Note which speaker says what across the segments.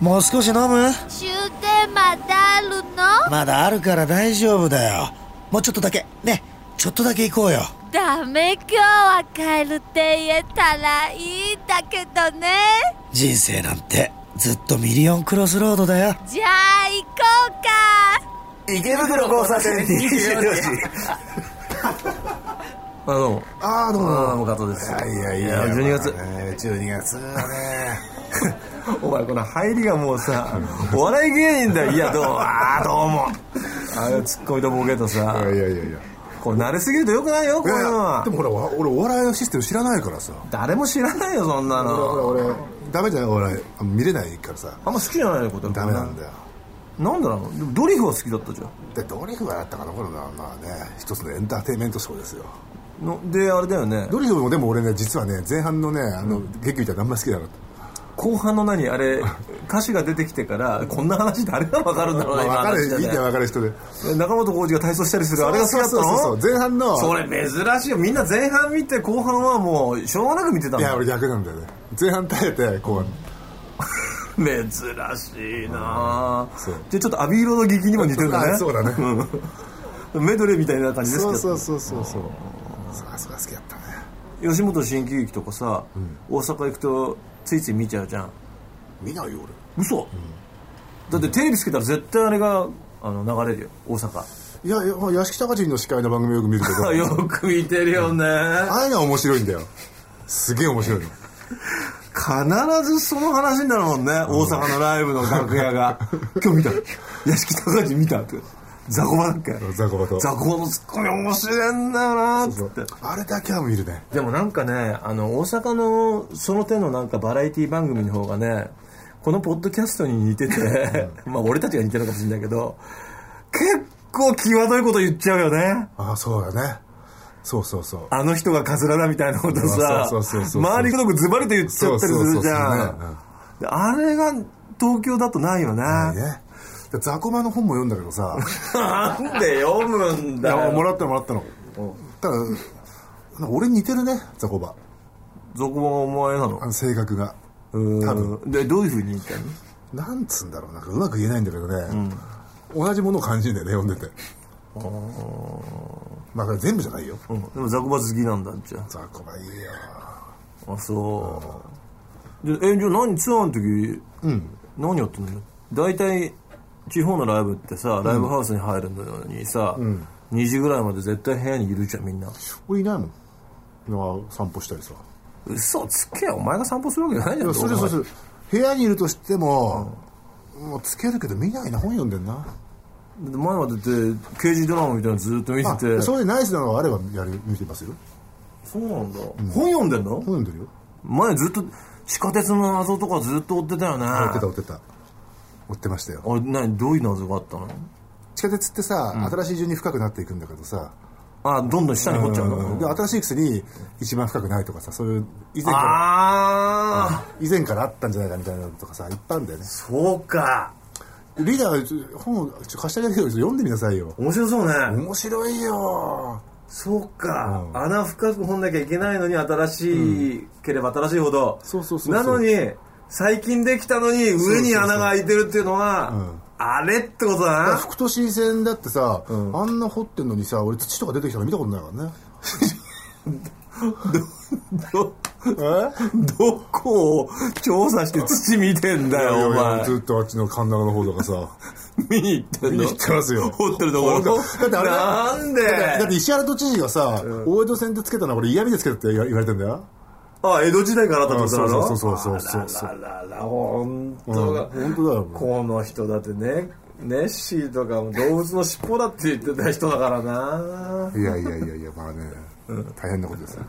Speaker 1: もう少し飲む
Speaker 2: 終点まだあるの
Speaker 1: まだあるから大丈夫だよもうちょっとだけねちょっとだけ行こうよ
Speaker 2: ダメ今日は帰るって言えたらいいんだけどね
Speaker 1: 人生なんてずっとミリオンクロスロードだよ
Speaker 2: じゃあ行こうか
Speaker 1: 池袋交差点24時
Speaker 3: あ、どうも。
Speaker 4: ああどう
Speaker 3: あ
Speaker 4: も
Speaker 3: あ、もう加藤です。
Speaker 4: いやい
Speaker 3: い
Speaker 4: や
Speaker 3: や、12月
Speaker 4: まあね12月はね
Speaker 3: お前、この入りがもう さ、お笑い芸人だよ。いや、どう も、ああ、どうも。あのツッコミとボケと
Speaker 4: い
Speaker 3: さ
Speaker 4: や、いやいやいや
Speaker 3: これ慣れすぎるとよくないよ、こ
Speaker 4: いう
Speaker 3: い
Speaker 4: や
Speaker 3: う
Speaker 4: い
Speaker 3: の
Speaker 4: や
Speaker 3: は
Speaker 4: で。もほらわ俺お笑いのシステム知らないからさ
Speaker 3: 誰も知らないよ、そんな
Speaker 4: ほら
Speaker 3: の。
Speaker 4: 俺ダメじゃない俺見れないからさ
Speaker 3: あんま好きじゃないよ、こと
Speaker 4: ダメなんだよ
Speaker 3: なんだろう。でもドリフは好きだったじゃん。
Speaker 4: でドリフはだったかなこれまあね一つのエンターテインメントショーですよ
Speaker 3: ので、あれだよね。
Speaker 4: ドリフもでも俺ね実はね前半のねあの劇みたいなのあんまり好きだなかっ
Speaker 3: 後半の何、あ れ、歌詞が出てきてから、こんな話誰がわかるんだろう
Speaker 4: た
Speaker 3: な、今
Speaker 4: 分かる
Speaker 3: 話だ
Speaker 4: 見て
Speaker 3: ね。
Speaker 4: 分かる人で
Speaker 3: 中本浩二が体操したりする、あれが好きだった
Speaker 4: そうそうそ
Speaker 3: の
Speaker 4: うそう前半の
Speaker 3: それ珍しいよみんな前半見て後半はもうしょうがなく見てたん
Speaker 4: い
Speaker 3: だ
Speaker 4: や俺逆なんだよね前半耐えてこう
Speaker 3: 珍しいなあ
Speaker 4: そう
Speaker 3: でちょっとアビーロード劇にも似てるんだ
Speaker 4: あ
Speaker 3: ね
Speaker 4: そうだね
Speaker 3: メドレーみたいな感じですけ
Speaker 4: そ
Speaker 3: ど
Speaker 4: うそうそうそうそうそうあそこが好きだったね
Speaker 3: 吉本新喜劇とかさ、大阪行くとついつい見ちゃうじゃん
Speaker 4: 見ないよ俺
Speaker 3: 嘘、だってテレビつけたら絶対あれがあの流れるよ大阪
Speaker 4: いやいやまあ屋敷隆人の司会の番組よく見るけど
Speaker 3: よく見てるよね
Speaker 4: ああいうのは面白いんだよすげえ面白いの
Speaker 3: 必ずその話になるもんね、大阪のライブの楽屋 が今日見た屋敷隆人見たって雑魚場だっけ
Speaker 4: 雑魚場と
Speaker 3: 雑魚場のツッコミ面白いんだよなーっつって
Speaker 4: あれだけは見るね
Speaker 3: でもなんかねあの大阪のその手のなんかバラエティ番組の方がねこのポッドキャストに似てて、まあ俺たちが似てるのかもしれないけど結構際どいこと言っちゃうよね
Speaker 4: ああそうだねそうそうそう
Speaker 3: あの人がカズラだみたいなことさ、
Speaker 4: そうそうそうそうそう
Speaker 3: 周りくどくズバリと言っちゃったりするじゃ
Speaker 4: そうそうそうそうね
Speaker 3: ん。であれが東京だとないよね。
Speaker 4: ねで雑魚場の本も読んだけどさ
Speaker 3: なんで読むん
Speaker 4: い
Speaker 3: だ
Speaker 4: や
Speaker 3: よ。
Speaker 4: もらったのもらったのただなんか俺に似てるね雑魚場
Speaker 3: そこはお前な
Speaker 4: あ
Speaker 3: の
Speaker 4: の性格が多分
Speaker 3: うん。で、どういうふうに言ったの
Speaker 4: なんつうんだろうなんかうまく言えないんだけどね、同じものを感じるんだよね読んでてまあこれ全部じゃないよ
Speaker 3: うん。でも雑魚場好きなんだ、じゃ
Speaker 4: 雑魚場いいよ
Speaker 3: あ。あ、そう。で、え、じゃあ何、ツアーの時、何やってんのよ。大体、地方のライブってさ、ライブハウスに入るのにさ、2時ぐらいまで絶対部屋にいるじゃん、みんな。
Speaker 4: 俺いないもん今散歩したりさ
Speaker 3: 嘘つけよお前が散歩するわけじゃないじ
Speaker 4: い
Speaker 3: ゃん
Speaker 4: やそれ
Speaker 3: ど
Speaker 4: そうれそれ部屋にいるとしても、もうつけるけど見ないな本読んでんな
Speaker 3: 前までって刑事ドラマみたいなのずっと見て
Speaker 4: あ
Speaker 3: て
Speaker 4: そういうナイスなのがあればやる見てますよ
Speaker 3: そうなんだ、本読んでんの
Speaker 4: 本読んでるよ
Speaker 3: 前ずっと地下鉄の謎とかずっと追ってたよね
Speaker 4: 追ってた追ってた追ってましたよ
Speaker 3: あれ何どういう謎があったの
Speaker 4: 地下鉄ってさ、新しい順に深くなっていくんだけどさ
Speaker 3: あどんどん下に掘っちゃうの、
Speaker 4: で新しいくせに一番深くないとかさそういう以前から
Speaker 3: ああ、
Speaker 4: 以前からあったんじゃないかみたいなのとかさいっぱいあるんだよね
Speaker 3: そうか
Speaker 4: リーダー本をちょ貸してあげるよ読んでみなさいよ
Speaker 3: 面白そうね、
Speaker 4: 面白いよ
Speaker 3: そうか、穴深く掘んなきゃいけないのに新しいければ新しいほど、
Speaker 4: そうそうそうそう
Speaker 3: なのに最近できたのに上に穴が開いてるっていうのは
Speaker 4: うん
Speaker 3: あれってことだ
Speaker 4: だから
Speaker 3: な
Speaker 4: 副都心線だってさ、あんな掘ってんのにさ俺土とか出てきたの見たことないからね
Speaker 3: ど どこを調査して土見てんだよお
Speaker 4: いやいや
Speaker 3: 前
Speaker 4: ずっとあっちの神長の方と かさ
Speaker 3: 見に行ってん
Speaker 4: 見
Speaker 3: の
Speaker 4: に行ってますよ
Speaker 3: 掘ってるところ
Speaker 4: だってあれ
Speaker 3: なん
Speaker 4: だってだって
Speaker 3: で
Speaker 4: 石原都知事がさ、大江戸線でつけたのはこれ嫌味でつけたって言わ言われてんだよ
Speaker 3: あ江戸時代からだったってことだろ
Speaker 4: うんそうそうそうそうそう
Speaker 3: あららら本当だ、
Speaker 4: うん本当だよ
Speaker 3: この人だってねネッシーとかも動物の尻尾だって言ってた人だからない
Speaker 4: やいやいやいやまあね、大変なことですよ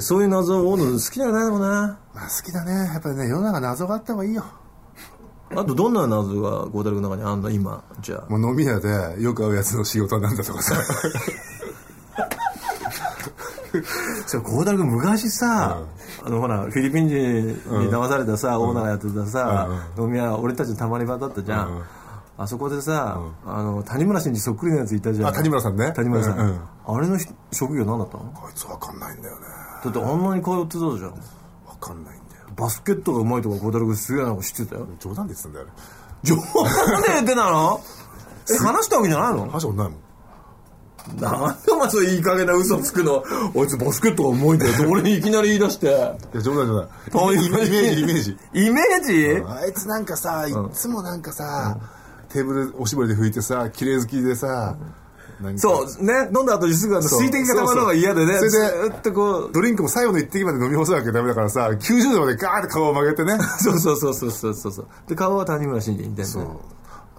Speaker 3: そういう謎を追うの好きなんだろうな
Speaker 4: まあ好きだねやっぱりね世の中謎があった方がいいよ
Speaker 3: あとどんな謎がゴータル君の中にあんの今じゃあ
Speaker 4: もう飲み屋でよく会うやつの仕事は何だとか さ
Speaker 3: そう、孝太郎君昔さ、あのほら、フィリピン人に騙されたさ、オーナーがやってたさ、飲み屋、俺たちのたまり場だったじゃん。
Speaker 4: うん
Speaker 3: あそこでさ、あの、谷村新司そっくりなやついたじゃん。
Speaker 4: あ谷村さんね
Speaker 3: 谷村さん。
Speaker 4: うんうん
Speaker 3: あれのひ職業何だったの
Speaker 4: あいつわかんないんだよね
Speaker 3: だってあんなに通ってたじゃん。
Speaker 4: わかんないんだよ
Speaker 3: バスケットがうまいとか小太郎君すげえなんか知ってたよ
Speaker 4: 冗談で言ってたんだよあ
Speaker 3: 冗談で言ってたの え話したわけじゃない
Speaker 4: れ
Speaker 3: の
Speaker 4: 話したことないもん
Speaker 3: なんでお前そういい加減な嘘つくのあいつバスケットがうまいんだよって俺にいきなり言い出 して
Speaker 4: いや冗談じゃ
Speaker 3: 遠
Speaker 4: ないいイメイメージイメージ
Speaker 3: イメージ
Speaker 4: あいつなんかさいっつもなんかさ、テーブルおしぼりで拭いてさ綺麗好きでさ、なんか
Speaker 3: そうね飲んだ後にすぐあの
Speaker 4: そう
Speaker 3: 水滴がたまるのが嫌でね
Speaker 4: そう
Speaker 3: ず
Speaker 4: そうそれで
Speaker 3: ーっとこう
Speaker 4: ドリンクも最後の一滴まで飲み干さなきゃダメだからさ90度までガーって顔を曲げてね
Speaker 3: そうそうそうそうそうそうそうで顔は谷村新司みたいなね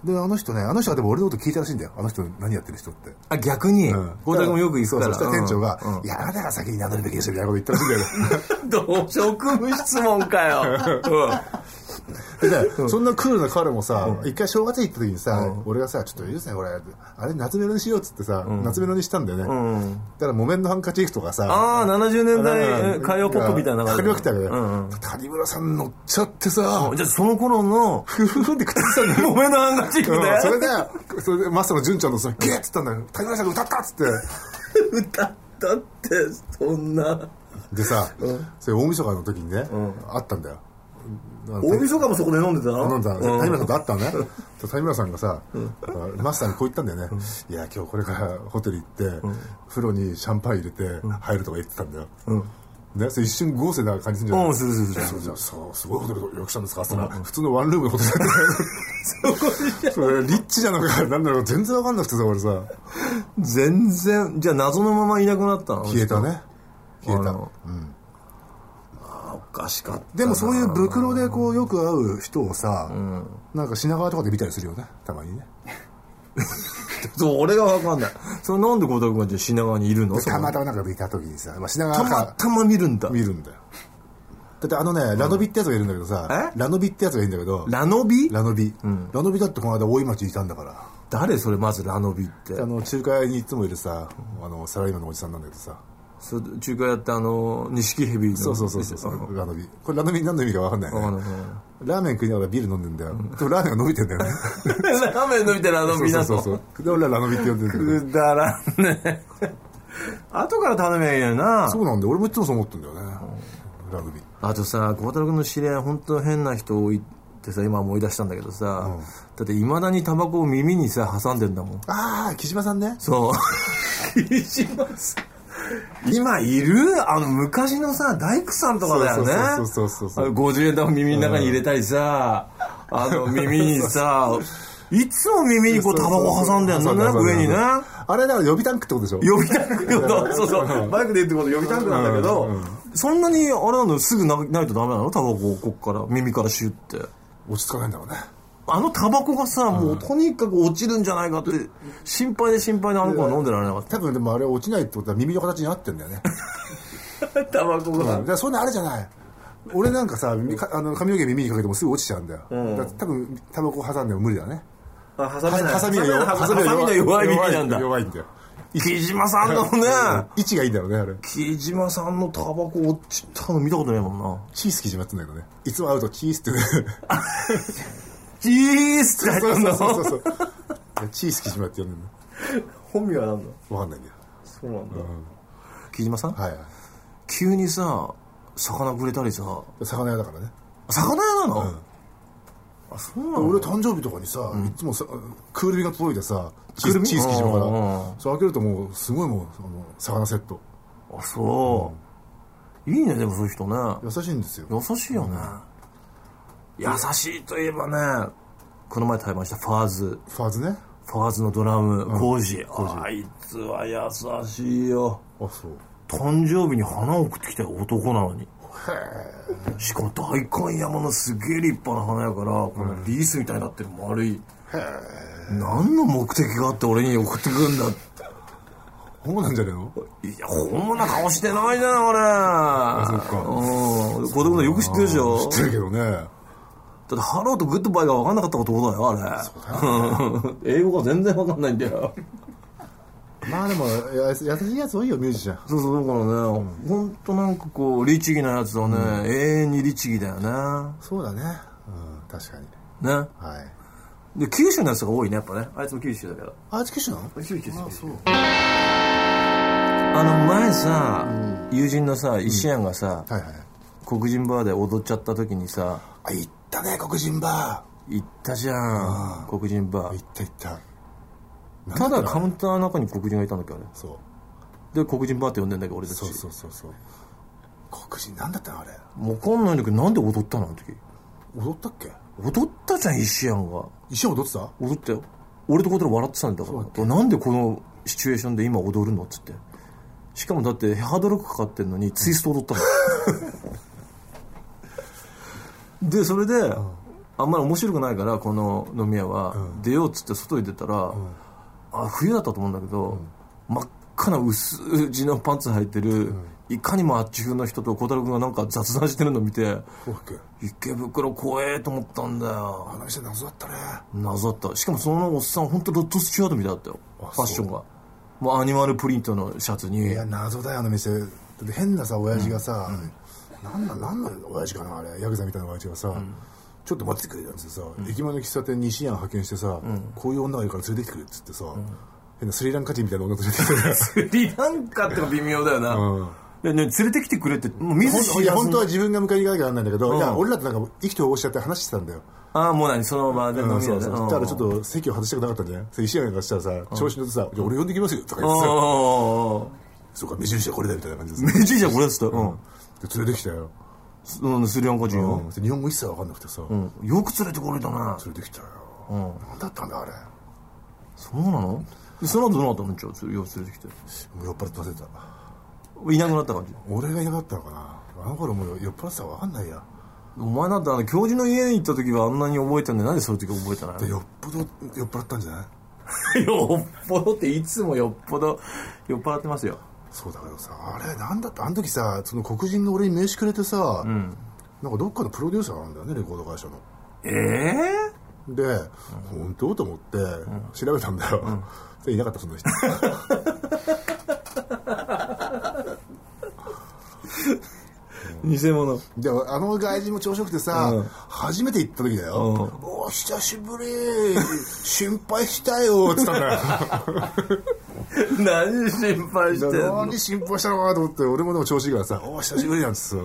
Speaker 4: であの人ねあの人はでも俺のこと聞いたらしいんだよあの人何やってる人って
Speaker 3: あ逆に
Speaker 4: うん
Speaker 3: 小田君もよく行くから
Speaker 4: そうそしたら店長が
Speaker 3: うんうん
Speaker 4: 「いやあなたが先に名乗るべきでしょ」みたいなこと言ったらしいんだよね
Speaker 3: どう職務質問か よ、
Speaker 4: でそんなクールな彼もさ一回正月行った時にさ俺がさ「ちょっといいですねこれあれ夏メロにしよう」っつってさ夏メロにしたんだよねだから木綿のハンカチーフとかさ
Speaker 3: ああ70年代え歌謡ポップみたいな
Speaker 4: かかりまくってた
Speaker 3: う
Speaker 4: けど
Speaker 3: んうん
Speaker 4: 谷村さん乗っちゃってさ
Speaker 3: じゃあその頃の
Speaker 4: ふふふって食ってたんだよ
Speaker 3: 木綿のハンカチーフ
Speaker 4: うんそ
Speaker 3: で
Speaker 4: れ で、それで、マスターの純ちゃんのさ、ゲーっつったんだよ。谷村さんが歌ったっつって。
Speaker 3: 歌ったってそんな
Speaker 4: でさ、それ大晦日の時にね、あったんだよ。
Speaker 3: 大晦日もそこで飲んでたの
Speaker 4: 頼んだ、
Speaker 3: う
Speaker 4: 谷村さんと会ったのね。で谷村さんがさ、マスターにこう言ったんだよね。いや、今日これからホテル行って、風呂にシャンパン入れて、入るとか言ってたんだよ。ね、それ一瞬豪勢な感じするんじゃない
Speaker 3: うんするするする
Speaker 4: そうじゃあそうすごいホテル予約したんですかって言ったら普通のワンルームのホテルだったそれリッチじゃ なくてなんだろう全然わかんなくてさ俺さ
Speaker 3: 全然じゃあ謎のままいなくなったの
Speaker 4: 消えたね消え
Speaker 3: あ
Speaker 4: た
Speaker 3: のおかしかった
Speaker 4: でもそういう袋でこうよく会う人をさ、なんか品川とかで見たりするよねたまにね
Speaker 3: そう俺が分かんない それなんで孝太郎君がじゃあ品川にいるの
Speaker 4: でたま
Speaker 3: た
Speaker 4: たまなんか見た時にさ、まあ、品川
Speaker 3: たま
Speaker 4: か
Speaker 3: たま見るんだ
Speaker 4: 見るんだよだってあのねラノビってやつがいるんだけどさ
Speaker 3: え
Speaker 4: ラノビってやつがいるんだけど
Speaker 3: ラノビ
Speaker 4: ラノビ、ラノビだってこの間大井町いたんだから
Speaker 3: 誰それまずラノビって
Speaker 4: あの中華屋にいつもいるさあのサラリーマンのおじさんなんだけどさ
Speaker 3: そう中華やってあの錦蛇の
Speaker 4: そうそうそうそうラノビこれラノビ何の意味か分かんない
Speaker 3: あの
Speaker 4: ねラーメン食いながらビール飲んでんだよでもラーメンが伸びてんだよね
Speaker 3: ラーメンのみたいなラノビなの
Speaker 4: そうそうそうで俺らラノビって呼んでるけど
Speaker 3: くだらんね後から頼めばいいのにな
Speaker 4: そうなんで俺もいつもそう思ってんだよね、ラグビー
Speaker 3: あとさ孝太郎君の知り合い本当変な人多いってさ今思い出したんだけどさ、だっていまだにタバコを耳にさ挟んでんだもん
Speaker 4: ああ木島さんね
Speaker 3: そう霧島さん今いるあの昔のさ大工さんとかだよね
Speaker 4: そうそうそうそうそうそう
Speaker 3: あの50円玉耳の中に入れたりさ、あの耳にさいつも耳にこうタバコ挟んでんのね
Speaker 4: そうそうそう
Speaker 3: 上にね
Speaker 4: あれだから予備タンクってことでしょ
Speaker 3: 呼びたくそうそうバイクで言ってること呼びたくなんだけど、そんなにあれなのすぐなないとダメなのタバコをこっから耳からシュって
Speaker 4: 落ち着かないんだろうね
Speaker 3: あのタバコがさもうとにかく落ちるんじゃないかって心配で心配であの子は飲んでられなかった
Speaker 4: 多分でもあれ落ちないってことは耳の形に合ってんだよね
Speaker 3: タバコ
Speaker 4: だからそういうのあるじゃない俺なんかさみかあの髪の毛耳にかけてもすぐ落ちちゃうんだよ、だから多分タバコ挟んでも無理だね
Speaker 3: あハサミ
Speaker 4: ハ
Speaker 3: ハ
Speaker 4: サ
Speaker 3: サミ
Speaker 4: ミが弱い
Speaker 3: ハサミの弱い耳なんだ
Speaker 4: 弱いんだよ
Speaker 3: 木島さんのね
Speaker 4: 位置がいいんだろうねあれ
Speaker 3: 木島さんのタバコ落ちたの見たことないもんな
Speaker 4: チース木島って言うんだけどねいつも会うとチースってね
Speaker 3: チースって入ってんの
Speaker 4: そう そうそうそういやチース木島って呼んでる
Speaker 3: 本名は何だ
Speaker 4: のわかんないんだよ
Speaker 3: そうなんだ木島さん
Speaker 4: はい
Speaker 3: 急にさ魚くれたりさ
Speaker 4: 魚屋だからね
Speaker 3: 魚屋なのあそうなの
Speaker 4: 俺誕生日とかにさ、いつもさクールビが届いてさチー
Speaker 3: クール
Speaker 4: ズ
Speaker 3: ビ
Speaker 4: チーズ生地の
Speaker 3: うん
Speaker 4: か
Speaker 3: う
Speaker 4: らそう開けるともうすごいもうあの魚セット
Speaker 3: あそういいねでもそういう人ね
Speaker 4: 優しいんですよ
Speaker 3: 優しいよね優しいといえばねこの前食べましたファーズ
Speaker 4: ファーズね
Speaker 3: ファーズのドラムコージあいつは優しいよ
Speaker 4: あそう
Speaker 3: 誕生日に花を送ってきた男なのにしかも代官山のすげえ立派な花やからこのリースみたいになってる丸い何の目的があって俺に送ってくるんだって
Speaker 4: そうなんじゃねえの
Speaker 3: いや本物な顔してないじゃん俺あ
Speaker 4: そっか
Speaker 3: うん子供のよく知ってるでしょ
Speaker 4: 知ってるけどね
Speaker 3: だってハローとグッドバイが分かんなかったことだよあれ 英語が全然分かんないんだよ
Speaker 4: まあでもや優しいやつ多いよミュージシャン
Speaker 3: そうそうだからね本当なんかこう律儀なやつはね、永遠に律儀だよね
Speaker 4: そうだねうん確かに
Speaker 3: ね
Speaker 4: はい
Speaker 3: で九州のやつが多いねやっぱねあいつも九州だけど
Speaker 4: アーチキッシュなの
Speaker 3: 九州です
Speaker 4: そう
Speaker 3: あの前さ、友人のさ石庵がさ、
Speaker 4: はいはい
Speaker 3: 孝黒人バーで踊っちゃった時にさ
Speaker 4: あ行ったね黒人バ
Speaker 3: 行ったじゃん黒人バ
Speaker 4: ー行
Speaker 3: ー
Speaker 4: った行った
Speaker 3: ただカウ
Speaker 4: ン
Speaker 3: ンターの中に黒人がいたんだっけあれ
Speaker 4: そう
Speaker 3: で黒人バーって呼んでんだけど俺たち
Speaker 4: そうそうそうそう黒人なんだったのあれ
Speaker 3: わかんないんだけどなんで踊ったのあの時
Speaker 4: 踊ったっけ
Speaker 3: 踊ったじゃん石やんが
Speaker 4: 一緒に踊ってた
Speaker 3: 踊ったよ俺と小太郎笑ってたんだからなんでこのシチュエーションで今踊るのっつってしかもだってハードロックかかってんのにツイスト踊ったの、でそれで、あんまり面白くないからこの飲み屋は、出ようっつって外に出たら、あ冬だったと思うんだけど、真っ赤な薄地のパンツ履いてる、いかにもあっち風の人と小太郎君がなんか雑談してるの見て
Speaker 4: そうだっけ
Speaker 3: 池袋怖えと思ったんだよ
Speaker 4: あの店謎だったね
Speaker 3: 謎だったしかもそのおっさん本当ロッドスチュワードみたいだったよファッションがもうアニマルプリントのシャツに
Speaker 4: い や謎だよあの店だって変なさ親父がさ、なんなんなんなん親父かなあれヤクザみたいな親父がさ、ちょっと待っててくれよっつってさ、駅前の喫茶店にシアン派遣してさ、こういう女がいるから連れてきてくれっつってさ、変なスリランカ人みたいな女連れてきて
Speaker 3: スリランカって微妙だよな、でね、連れてきてくれってもう見ず
Speaker 4: ほん
Speaker 3: 知
Speaker 4: い
Speaker 3: ら
Speaker 4: や
Speaker 3: ず
Speaker 4: 本当は自分が迎えに行かなきゃなんないんだけど、
Speaker 3: うん
Speaker 4: いや俺らとなんか生きて応募しちゃって話してたんだよ、
Speaker 3: ああもう何その場で飲み
Speaker 4: う
Speaker 3: 屋
Speaker 4: ん、
Speaker 3: で
Speaker 4: そうそう
Speaker 3: うん
Speaker 4: だからちょっと席を外したくなかったんじゃないそれ石山がしたらさ調子乗ってさ「じゃあ俺呼んできますよ」とか
Speaker 3: う
Speaker 4: 言
Speaker 3: ん
Speaker 4: ってさ
Speaker 3: うんうん
Speaker 4: 「そうか目印はこれだ」みたいな感じで
Speaker 3: め
Speaker 4: さ
Speaker 3: っちゃいいじゃんこれっつったよ、
Speaker 4: で連れてきたよ、
Speaker 3: うんうん、スリランカ人
Speaker 4: う
Speaker 3: よ、
Speaker 4: ん、で日本語一切わかんなくてさ、
Speaker 3: うんよく連れてこれたな
Speaker 4: 連れてきたよ、なんだったんだあれ
Speaker 3: そうなのでその後どうなったのじゃあよく連れてきて
Speaker 4: もう酔っ払って忘れた
Speaker 3: いなくなった感じ
Speaker 4: 俺が嫌がったのかなあの頃もう酔っ払ってたらわかんないや
Speaker 3: お前なんてあの教授の家に行った時はあんなに覚えてんでなんでその時覚えたの
Speaker 4: でよっぽど酔っ払ったんじゃな い
Speaker 3: よっぽどっていつもよっぽど酔っ払ってますよ
Speaker 4: そうだけどさあれなんだったあの時さその黒人の俺に名刺くれてさ、なんかどっかのプロデューサーなんだよねレコード会社の
Speaker 3: ええ
Speaker 4: で、本当と思って調べたんだよ、 でいなかったその人
Speaker 3: 偽物
Speaker 4: であの外人も調子よくてさ、
Speaker 3: うん
Speaker 4: 初めて行った時だよ、
Speaker 3: うん
Speaker 4: お久しぶり心配したよっつったんだよ
Speaker 3: 何心配 してんの
Speaker 4: 何心配したのかなと思って俺もでも調子いいからさ「おお久しぶり」なんてさ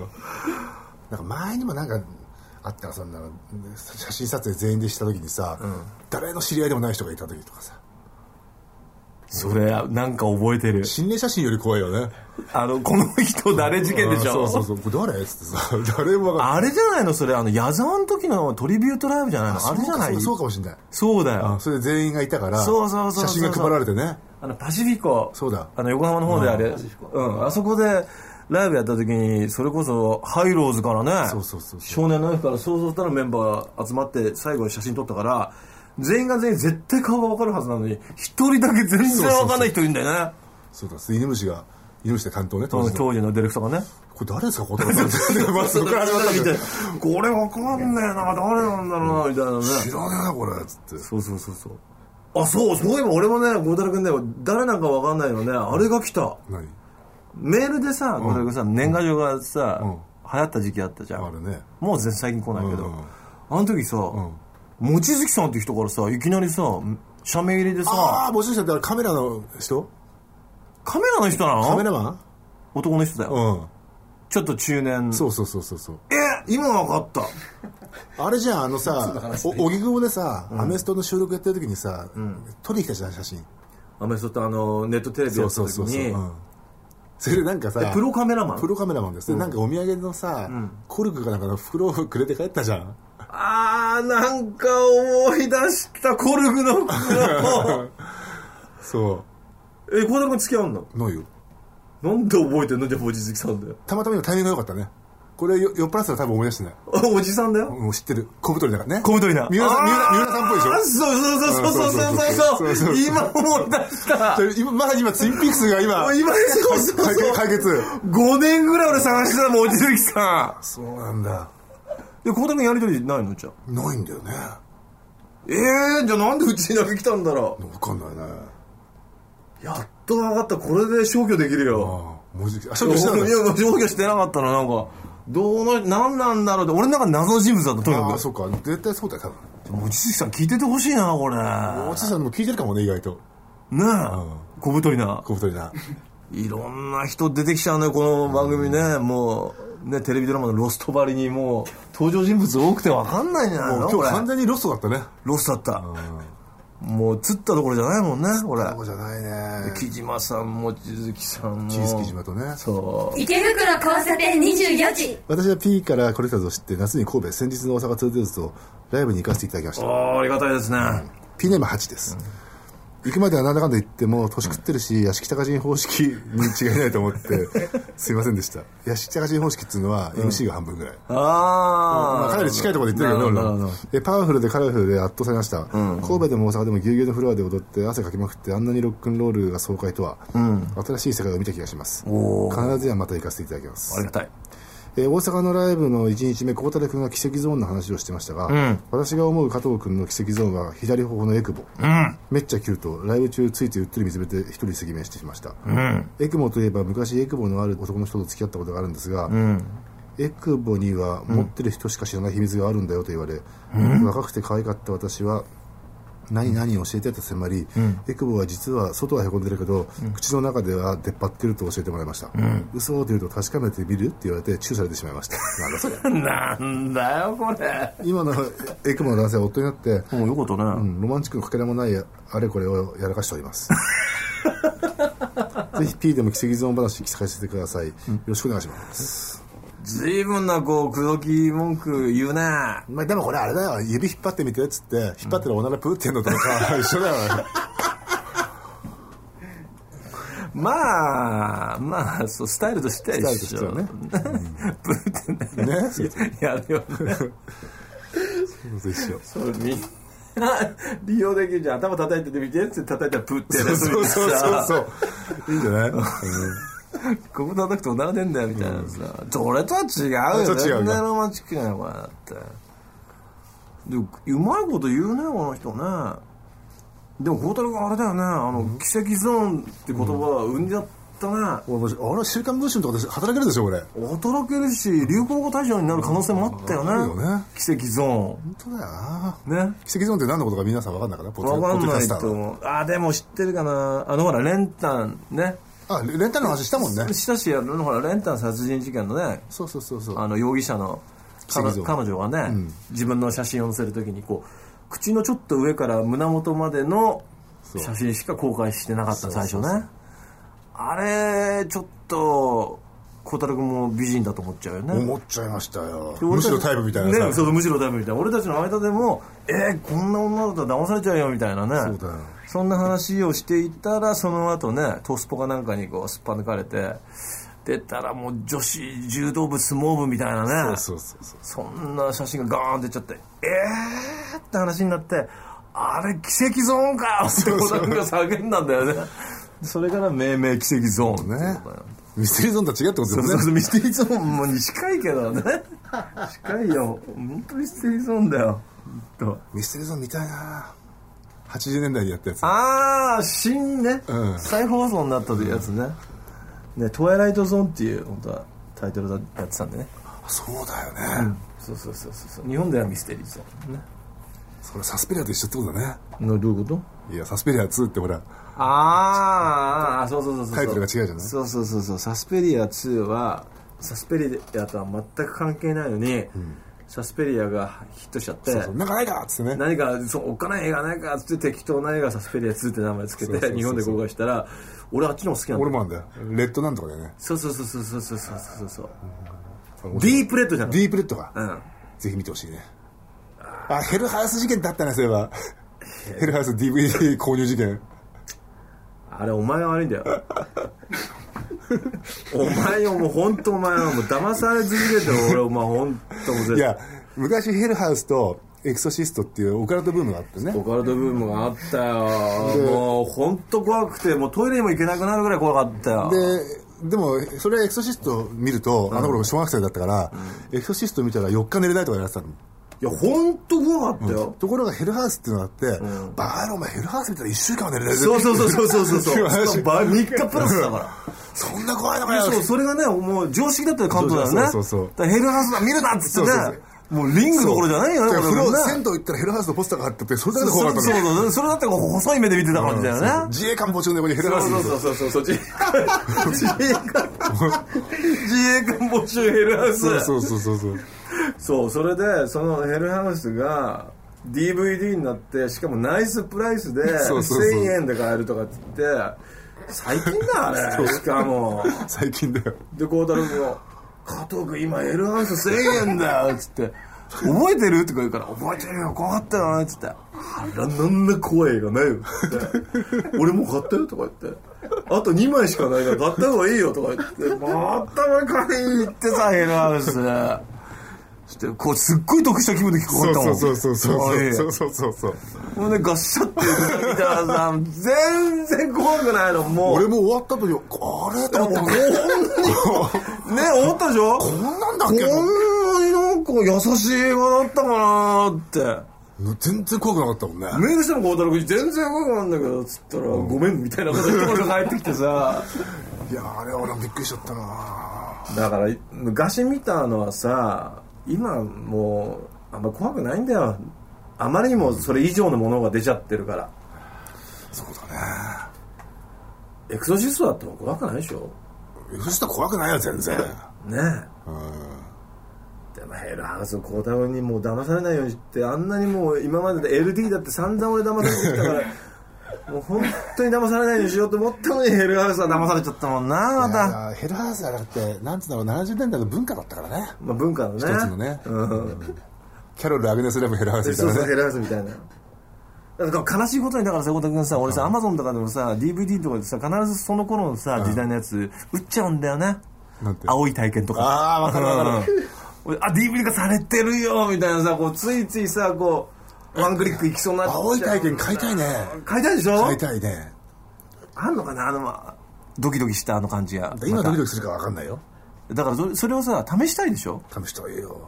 Speaker 4: なんか前にもなんかあったらそんなの写真撮影全員でした時にさ、誰の知り合いでもない人がいた時とかさ
Speaker 3: それなんか覚えてる
Speaker 4: 心霊写真より怖いよね
Speaker 3: あのこの人誰事件でしょ
Speaker 4: あーそうそうそうこれ誰っつってさ誰も分かんない
Speaker 3: あれじゃないのそれあの矢沢の時のトリビュートライブじゃないのあれじゃない
Speaker 4: そうかそうかもしんない
Speaker 3: そうだ
Speaker 4: あ
Speaker 3: よ
Speaker 4: それで全員がいたから
Speaker 3: そうそうそうそう
Speaker 4: 写真が配られてね
Speaker 3: あのパシフィコ
Speaker 4: そうだ
Speaker 3: あの横浜の方であれうんあそこでライブやった時にそれこそハイローズからね
Speaker 4: そうそうそうそう
Speaker 3: 少年の F からそうそうたるメンバーが集まって最後に写真撮ったから全員が全員絶対顔が分かるはずなのに一人だけ全然分かんない人いるんだよね
Speaker 4: そうだ犬虫が犬虫で担当ね当
Speaker 3: う
Speaker 4: 時
Speaker 3: ん
Speaker 4: の
Speaker 3: 当時のディレクターがね
Speaker 4: これ誰ですかこ の人まあそこから始まったんだよ
Speaker 3: これ分かんねえな誰なんだろうなみたいなね
Speaker 4: 知らねえなこれっつって
Speaker 3: そうそうそうそうあそうそういえば俺もね孝太郎君ね誰なんか分かんないのねあれが来た
Speaker 4: 何
Speaker 3: メールでさ孝太郎君さ年賀状がさ
Speaker 4: うん
Speaker 3: 流行った時期あったじゃ
Speaker 4: あ
Speaker 3: ん
Speaker 4: れね
Speaker 3: もう全最近来ないけど、
Speaker 4: うんうん
Speaker 3: あの時さ、望月さんって人からさいきなりさ社名入れで
Speaker 4: あ
Speaker 3: さ
Speaker 4: あ、もしかしたらカメラの人
Speaker 3: カメラの人な
Speaker 4: カメ
Speaker 3: の
Speaker 4: ラマン
Speaker 3: 男の人だよ、
Speaker 4: うん。
Speaker 3: ちょっと中年
Speaker 4: そうそうそうそうそう。
Speaker 3: え今分かった
Speaker 4: あれじゃん、あのさ、お荻窪でさ、アメストの収録やってる時にさ、撮りに来たじゃん、写真。
Speaker 3: アメソとあのネットテレビやった時に
Speaker 4: うんそれでなんかさ、
Speaker 3: でプロカメラマン
Speaker 4: プロカメラマンです。で、なんかお土産のさ、コルクかなんかの袋をくれて帰ったじゃん。
Speaker 3: あーなんか思い出したコルグ の袋
Speaker 4: そ
Speaker 3: え孝太郎君付き合うんの
Speaker 4: う。のよ。
Speaker 3: なんで覚えてんのじゃあ望月さんだよ
Speaker 4: たまたま今タイミングが良かったね。これよ酔っ払ってたら多分思い出してない。
Speaker 3: あおじさんだよ
Speaker 4: もう知ってる。小太りだからね。
Speaker 3: 小太りな
Speaker 4: 三浦さん、三浦三浦さんっぽいでしょ
Speaker 3: あーそうそうそうそうそうそうそうそう今思い出した
Speaker 4: で今まさに今ツインピックスが今
Speaker 3: もう今そうそう
Speaker 4: 解
Speaker 3: そう
Speaker 4: 決解決
Speaker 3: 5年ぐらい俺探してたもん望月さ
Speaker 4: そうなんだ
Speaker 3: んで孝太君やりとりないのじゃあ
Speaker 4: ないんだよね
Speaker 3: ええー、じゃあなんでうちにだけ来たんだろ
Speaker 4: 分かんないね
Speaker 3: うやっと分かったこれで消去できるよ
Speaker 4: ああ文字あ
Speaker 3: 消去
Speaker 4: 消去
Speaker 3: し
Speaker 4: したんだ
Speaker 3: 消去してなかったななんかどうの何なんだろうって俺の中で謎の人物だったとに
Speaker 4: あ
Speaker 3: か
Speaker 4: あそっか絶対そうだよ多分
Speaker 3: く望月さん聞いててほしいなこれ
Speaker 4: おじさんも聞いてるかもね意外と
Speaker 3: ねえ小太りな
Speaker 4: 小太りない
Speaker 3: ろんな人出てきちゃうねこの番組ねもうね、テレビドラマのロストばりにもう登場人物多くて分かんないんじゃない
Speaker 4: も
Speaker 3: の
Speaker 4: う
Speaker 3: こ
Speaker 4: 今
Speaker 3: れ
Speaker 4: 日完全にロストだったね
Speaker 3: ロスだった、もう釣ったところじゃないもんねこれ
Speaker 4: じゃない
Speaker 3: 木島さんも千月さんも
Speaker 4: チーズ木島とね
Speaker 3: そう
Speaker 2: 池袋交差点24時
Speaker 4: 私は P からこれたぞ知って夏に神戸先日の大阪ツーデーズとライブに行かせていただきまし
Speaker 3: あ
Speaker 4: た
Speaker 3: ーありがたいですね、
Speaker 4: P ネーム8です、行くまではなんだかんだ言っても年食ってるし屋敷高人方式に違いないと思って すいませんでした屋敷高人方式っていうのは MC が半分ぐらい、
Speaker 3: あ
Speaker 4: まあ、
Speaker 3: あ
Speaker 4: かなり近いところで言ってるけど
Speaker 3: な
Speaker 4: ね
Speaker 3: るほど
Speaker 4: 俺らえパワフルでカラフルで圧倒されました、神戸でも大阪でもぎゅうぎゅうのフロアで踊って汗かきまくってあんなにロックンロールが爽快とは、新しい世界を見た気がします
Speaker 3: おー
Speaker 4: 必ずやまた行かせていただきます
Speaker 3: ありがたい
Speaker 4: えー大阪のライブの1日目孝太郎君が奇跡ゾーンの話をしてましたが、私が思う加藤君の奇跡ゾーンは左頬のエクボ、めっちゃキュートライブ中ついてうっとり見つめて一人赤面してしました、エクボといえば昔エクボのある男の人と付き合ったことがあるんですが、エクボには持ってる人しか知らない秘密があるんだよと言われ、若くて可愛かった私は何々教えてと迫り、エクボは実は外はへこんでるけど、口の中では出っ張ってると教えてもらいました、嘘をというと確かめてみるって言われてチューされてしまいましたなんだそれ
Speaker 3: なんだよこれ
Speaker 4: 今のエクボの男性は夫になって、
Speaker 3: もうよかったね、
Speaker 4: うんロマンチックのかけらもないあれこれをやらかしております ぜひ P でも奇跡ゾーン話聞かせてください、よろしくお願いします、
Speaker 3: ずいぶんなこう口説き文句言うね
Speaker 4: まあ、でもこれあれだよ指引っ張ってみてっつって引っ張ってるおならプーってんのとか一緒だよね
Speaker 3: まあまあそうスタイルとしては一緒
Speaker 4: スタイルと
Speaker 3: ブーってね
Speaker 4: ね そう
Speaker 3: やるよね
Speaker 4: そう一緒
Speaker 3: それみんな 利用できるじゃん頭叩いててみてって叩いたらプーってやる
Speaker 4: そうそうそう
Speaker 3: う
Speaker 4: そう。いいんじゃない、うん
Speaker 3: ここ叩くとおなら出んだよみたいなさ、それとは違う
Speaker 4: そ
Speaker 3: よ
Speaker 4: れと違うよ
Speaker 3: 全然ロマンチックなのこれだってでうまいこと言うねこの人ねでも孝太郎君あれだよねあの、奇跡ゾーンって言葉は生んじゃったね、
Speaker 4: 俺もしあの週刊文春とかで働けるでしょ、俺。
Speaker 3: 驚けるし流行語大賞になる可能性もあったよね,、
Speaker 4: あるよね
Speaker 3: 奇跡ゾ
Speaker 4: 本当だよな。
Speaker 3: ーンね
Speaker 4: 奇跡ゾーンって何のことか皆さん分かんないかな、ポッ
Speaker 3: わ
Speaker 4: ド
Speaker 3: かん
Speaker 4: ポッドキャ
Speaker 3: ない
Speaker 4: スター
Speaker 3: と
Speaker 4: の
Speaker 3: 思うあでも知ってるかなあのほら練炭ね
Speaker 4: あ、レレンタルの話したもんね。
Speaker 3: したしあのほら練炭殺人事件のね
Speaker 4: そうそうそうそう。
Speaker 3: あの容疑者の
Speaker 4: 奇
Speaker 3: 彼
Speaker 4: 跡像
Speaker 3: 彼女がね、自分の写真を載せるときにこう口のちょっと上から胸元までの
Speaker 4: そう
Speaker 3: 写真しか公開してなかった
Speaker 4: そう
Speaker 3: 最初
Speaker 4: そうそう
Speaker 3: ねあれちょっと孝太郎君も美人だと思っちゃうよね
Speaker 4: 思っちゃいましたよ。
Speaker 3: で俺
Speaker 4: む
Speaker 3: たち
Speaker 4: しろタイプみたいなさ。
Speaker 3: ね、そうむしろタイプみたいな俺たちの間でもえー、こんな女だったら騙されちゃうよみたいなね
Speaker 4: そうだよ
Speaker 3: そんな話をしていたらその後ねトスポかなんかにこうすっぱ抜かれて出たらもう女子柔道部相撲部みたいなね
Speaker 4: そうそうそう。
Speaker 3: そんな写真がガーン出ちゃってえーって話になってあれ奇跡ゾーンかって小田君が叫んだんだよねそれから命名奇跡ゾーンって
Speaker 4: ね
Speaker 3: ことだよ。
Speaker 4: ミステリーゾーンとは違うってこと
Speaker 3: そう
Speaker 4: だ
Speaker 3: そ
Speaker 4: よ
Speaker 3: う
Speaker 4: ね。
Speaker 3: そうミステリーゾーンもに近いけどね近いよ本当ミステリーゾーンだよほんと
Speaker 4: ミステリーゾーン見たいな。80年代にやったやつ。
Speaker 3: ああ新ね、
Speaker 4: うん
Speaker 3: 再放送になったというやつね「ねトワイライトゾーン」っていう本当はタイトルだやってたんでね
Speaker 4: そうだよね。
Speaker 3: そうそうそうそうそう日本ではミステリーゾーンね
Speaker 4: それサスペリアと一緒ってことだね。
Speaker 3: のどういうこと
Speaker 4: いや、サスペリア2ってほら、
Speaker 3: あーあーそうそうそうそう
Speaker 4: タイトルが違うじゃない
Speaker 3: そうそうそうそうサスペリア2はサスペリアとは全く関係ないのに、サスペリアがヒットしちゃって
Speaker 4: そうそうなんかないかっつってね。
Speaker 3: 何かそうおっかない映画ないかっつって適当な映画サスペリア2って名前つけ
Speaker 4: そうそうそう
Speaker 3: て
Speaker 4: そう
Speaker 3: 日本で公開したら俺あっちの方が好きなんだ
Speaker 4: 俺もあんだよ。レッドなんとかだよね。
Speaker 3: そうそうそうそうそうそうそうそうそうディ
Speaker 4: デ
Speaker 3: ープレッドじゃん
Speaker 4: ディープレッドか。
Speaker 3: うん
Speaker 4: ぜひ見てほしいね。あ、ヘルハウス事件だったね、そういえば。ヘルハウス DVD 購入事 件。
Speaker 3: あれお前が悪 いんだよお前よもう本当お前はもう騙され続けてる俺お前本当もう絶対
Speaker 4: いや、昔ヘルハウスとエクソシストっていうオカルトブームがあってね。
Speaker 3: オカルトブームがあったよもう本当怖くてもうトイレにも行けなくなるぐらい怖かったよ
Speaker 4: で、でも、それエクソシスト見ると、あの頃小学生だったから、エクソシスト見たら4日寝れないとかやられてたの。
Speaker 3: いや本当怖かったよ、
Speaker 4: ところがヘルハウスっていうのがあって、バカ野郎お前ヘルハウス見たら1週間は寝れないぜ
Speaker 3: そうそうそうそうそうそうそう
Speaker 4: 話
Speaker 3: 3日プラスだから
Speaker 4: そんな怖いのか
Speaker 3: いや
Speaker 4: よ
Speaker 3: そうそれがねもう常識だったよ関東だよね
Speaker 4: そうそうそうそう
Speaker 3: だからヘルハウスだ見るなっつってね
Speaker 4: そうそう
Speaker 3: もうリングどころじゃないよね
Speaker 4: だから風
Speaker 3: 俺
Speaker 4: 呂
Speaker 3: もね
Speaker 4: 銭湯行ったらヘルハウスのポスターが貼ってて、それだけ
Speaker 3: そう
Speaker 4: で怖
Speaker 3: そ
Speaker 4: か
Speaker 3: う
Speaker 4: ったの。
Speaker 3: そうそれだったらこう細い目で見てた感じだよね
Speaker 4: 自衛官募集の横にヘルハウスの
Speaker 3: そうそうそうそうそうそうそうそう自衛官募集ヘルハウス
Speaker 4: そうそうそうそうそう
Speaker 3: そうそれでそのヘルハウスが DVD になってしかもナイスプライスで
Speaker 4: そうそうそう
Speaker 3: 1000円で買えるとかって言って最近だあれしかも
Speaker 4: 最近だよ
Speaker 3: で孝太郎君が「加藤君今エルハウス1000円だよ」っつって「覚えてる?」とか言うから「覚えてるよ怖かったよ」っつって「あらなんだ怖いがないよ」って「俺もう買ったよ」とか言って「あと2枚しかないから買った方がいいよ」とか言って「またお前買いに行ってさエルハウス」そしてこうすっごい得した気分で聞こ
Speaker 4: そ
Speaker 3: え
Speaker 4: う
Speaker 3: たもん
Speaker 4: そうそうそうそう
Speaker 3: おい
Speaker 4: そうそうそう
Speaker 3: ほんでガッシャって見たらさ全然怖くないのもう
Speaker 4: 俺も終わった後にあれと思って
Speaker 3: ね思ったでしょこんなんだっけこんなになんか優しい映画だったかなーって
Speaker 4: 全然怖くなかったもんね
Speaker 3: メールしても孝太郎君全然怖くなんだけどっつったら、ごめんみたいなこと一言返ってきてさ
Speaker 4: いやあれ俺もびっくりしちゃったな
Speaker 3: だから昔見たのはさ今もうあんま怖くないんだよあまりにもそれ以上のものが出ちゃってるから
Speaker 4: そうだ
Speaker 3: エクソシストだっても怖くないでしょ
Speaker 4: ねそしたら怖くないよ全然
Speaker 3: ねえでもヘルハウス孝太郎にもう騙されないようにってあんなにもう今までで LD だって散々俺騙されてきた からもう本当に騙されないようにしようと思ったのにヘルハウスは騙されちゃったもんなまた、
Speaker 4: あヘルハースだってなんつうんだろう70年代の文化だったからね
Speaker 3: まあ、文化のね
Speaker 4: 一つのね
Speaker 3: うん、
Speaker 4: キャロル・アグネス・レムヘルハース
Speaker 3: で
Speaker 4: みた
Speaker 3: そう
Speaker 4: い
Speaker 3: そう
Speaker 4: な
Speaker 3: ヘ
Speaker 4: ね
Speaker 3: ルハウスみたいなだから悲しいことにだからさ孝太君さ俺さアマゾンとかでもさ DVD とかでさ必ずその頃のさ時代のやつ売っちゃうんだよね
Speaker 4: なんて
Speaker 3: 青い体験とか
Speaker 4: ああわかるわかる
Speaker 3: 俺あ DV 化されてるよみたいなさこうついついさこうワンクリックいきそうになっちゃう
Speaker 4: 青い体験買いたいね
Speaker 3: 買いたいでしょ
Speaker 4: 買いたいね
Speaker 3: あんのかなあのまドキドキしたあの感じが
Speaker 4: 今
Speaker 3: また
Speaker 4: ドキドキするかわかんないよ
Speaker 3: だからそれそれをさ試したいでしょ
Speaker 4: 試した方がいいよ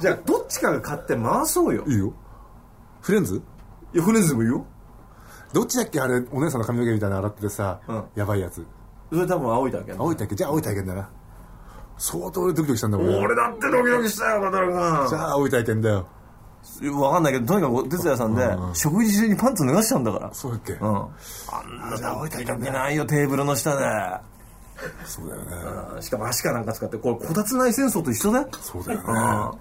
Speaker 3: じゃあどっちかが買って回そうよ
Speaker 4: いいよフレンズ
Speaker 3: いやフレンズでもいいよ
Speaker 4: どっちだっけあれお姉さんの髪の毛みたいなの洗っててさ、
Speaker 3: うん
Speaker 4: やばいやつ
Speaker 3: それ多分青いだけ
Speaker 4: 青い体験じゃあ青い体験だな相当俺ドキドキしたんだもん
Speaker 3: 俺だってドキドキしたよ渡
Speaker 4: じ
Speaker 3: 辺
Speaker 4: ゃあ青い体験だよ
Speaker 3: 君分かんないけどとにかく哲也さんで食事中にパンツ脱がしたんだから
Speaker 4: そうだっけ、
Speaker 3: うんあんな青い体験でないよテーブルの下で
Speaker 4: そうだよね、
Speaker 3: しかも足かなんか使ってこれこたつない戦争と一緒だよ
Speaker 4: そうだよね、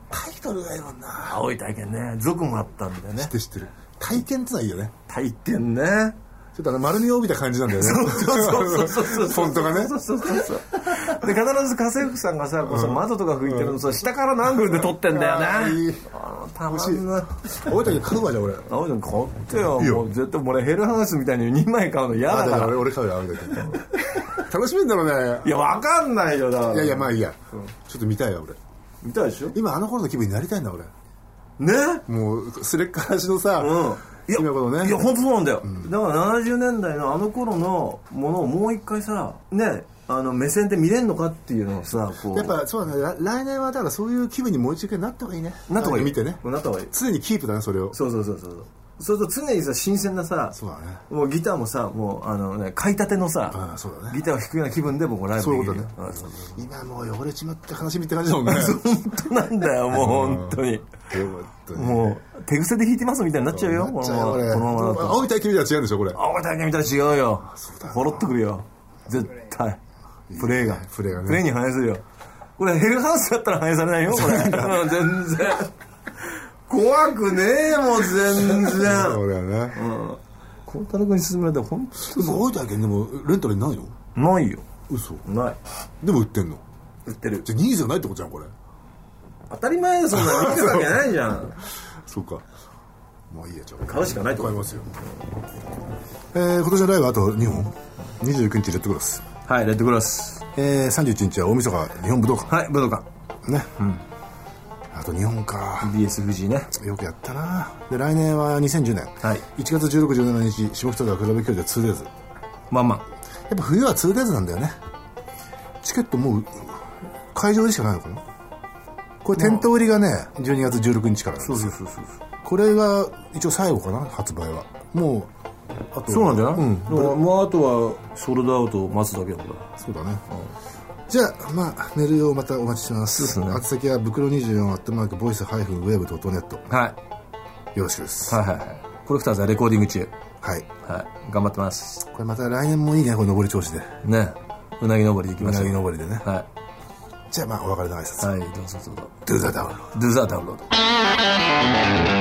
Speaker 4: タイトルがいいもんな
Speaker 3: 青い体験ね族もあったんだよ
Speaker 4: 知
Speaker 3: ね
Speaker 4: って知ってる体験ってのはいいよね
Speaker 3: 体験ね
Speaker 4: ちょっとあの丸みを帯びた感じなんだよねそう
Speaker 3: そうそうそうそう
Speaker 4: フォントがね
Speaker 3: そうそうそうそうで必ず家政婦さんがさこうさ窓とか拭いてるのさ下からのアングルで撮ってんだよね
Speaker 4: あーいい
Speaker 3: あのたまんない
Speaker 4: 青い体験買うわじゃあ俺
Speaker 3: 青いの買ってよ
Speaker 4: いいよ
Speaker 3: もう絶対俺ヘルハウスみたいに2枚買うの嫌
Speaker 4: あ
Speaker 3: だか
Speaker 4: だからら俺俺買うよ青い体験楽しみんだろう
Speaker 3: い
Speaker 4: ね
Speaker 3: やわかんないよだから
Speaker 4: いやいやまあいいや、ちょっと見たいわ俺
Speaker 3: 見たいでしょ
Speaker 4: 今あの頃の気分になりたいんだ俺
Speaker 3: ね
Speaker 4: もうすれっからしのさ、
Speaker 3: うんいや
Speaker 4: 今このね
Speaker 3: いや本当そうなんだよ、だから70年代のあの頃のものをもう一回さねあの目線で見れんのかっていうのをさこう
Speaker 4: やっぱそうだね来来年はだからそういう気分にもう一回なった方がいいね
Speaker 3: なった方がいい
Speaker 4: 見てね
Speaker 3: なった方がいい
Speaker 4: 常にキープだねそれを
Speaker 3: そうそうそうそうそうすると常にさ新鮮なさ
Speaker 4: そうだね
Speaker 3: もうギターもさもうあのね買いたてのさ
Speaker 4: ああそうだね
Speaker 3: ギターを弾くような気分で僕ライブ
Speaker 4: そうい
Speaker 3: で
Speaker 4: う
Speaker 3: き
Speaker 4: こ
Speaker 3: る
Speaker 4: とね
Speaker 3: うんそう
Speaker 4: 今もう汚れちまった悲しみって感じだもんね
Speaker 3: 本当なんだよもう本当に
Speaker 4: よかったね
Speaker 3: もう手癖で弾いてますみたいになっちゃうよ
Speaker 4: なっち
Speaker 3: こ
Speaker 4: ゃ
Speaker 3: のま
Speaker 4: うよこれ
Speaker 3: まこのままだと
Speaker 4: 青い体験みたいな違うんでしょこれ
Speaker 3: 青い体験みたいに違うよほろっとくるよ絶対プレーが
Speaker 4: プレーがね
Speaker 3: プレーに反映するよこれヘルハウスだったら反映されないよこれうん 全然怖くねえもん全 然
Speaker 4: 俺はね
Speaker 3: 孝太郎君に勧められて本
Speaker 4: でも青い体験でもレンタルにないの
Speaker 3: 当ないよ
Speaker 4: 嘘
Speaker 3: ない
Speaker 4: でも売ってんの
Speaker 3: 売ってる
Speaker 4: じゃあニーズじゃないってことじゃんこれ
Speaker 3: 当たり前だそんなの見てるわけないじゃん
Speaker 4: そうかもういいやじゃあ
Speaker 3: 買うしかないと
Speaker 4: 買い
Speaker 3: 思う
Speaker 4: ますよえー今年のライブはあと2本29日レッドクロス
Speaker 3: はいレッドクロス
Speaker 4: えー31日は大晦日日本武道館
Speaker 3: はい武道館
Speaker 4: ねあと日本か
Speaker 3: BS 富士ね
Speaker 4: よくやったなで来年は2010年、
Speaker 3: はい
Speaker 4: 1月1617日下北沢クラブ教授 2days や
Speaker 3: まあま
Speaker 4: っぱ冬は 2days なんだよねチケットもう会場でしかないのかなこれ店頭売りがね12月16日からなんですよ
Speaker 3: そうそう
Speaker 4: これが一応最後かな発売はもうあと
Speaker 3: そうなんじゃない、
Speaker 4: うん
Speaker 3: だからもうあとはソールドアウトを待つだけだから
Speaker 4: そうだね、じゃあまあメールをまたお待ちしてます
Speaker 3: そうですね
Speaker 4: 宛先は袋24アットマークボイス -wave.net
Speaker 3: はい
Speaker 4: よろしくです
Speaker 3: はいはいはいコレクターズはレコーディング中
Speaker 4: はい
Speaker 3: はい頑張ってます
Speaker 4: これまた来年もいいねこれ上り調子で
Speaker 3: ねうなぎ登りで行きましょう
Speaker 4: うなぎ登りでね
Speaker 3: は
Speaker 4: じゃあまあお別れの挨拶、
Speaker 3: い、はい、どうぞどうぞ
Speaker 4: Do the download
Speaker 3: ドゥザダウンロード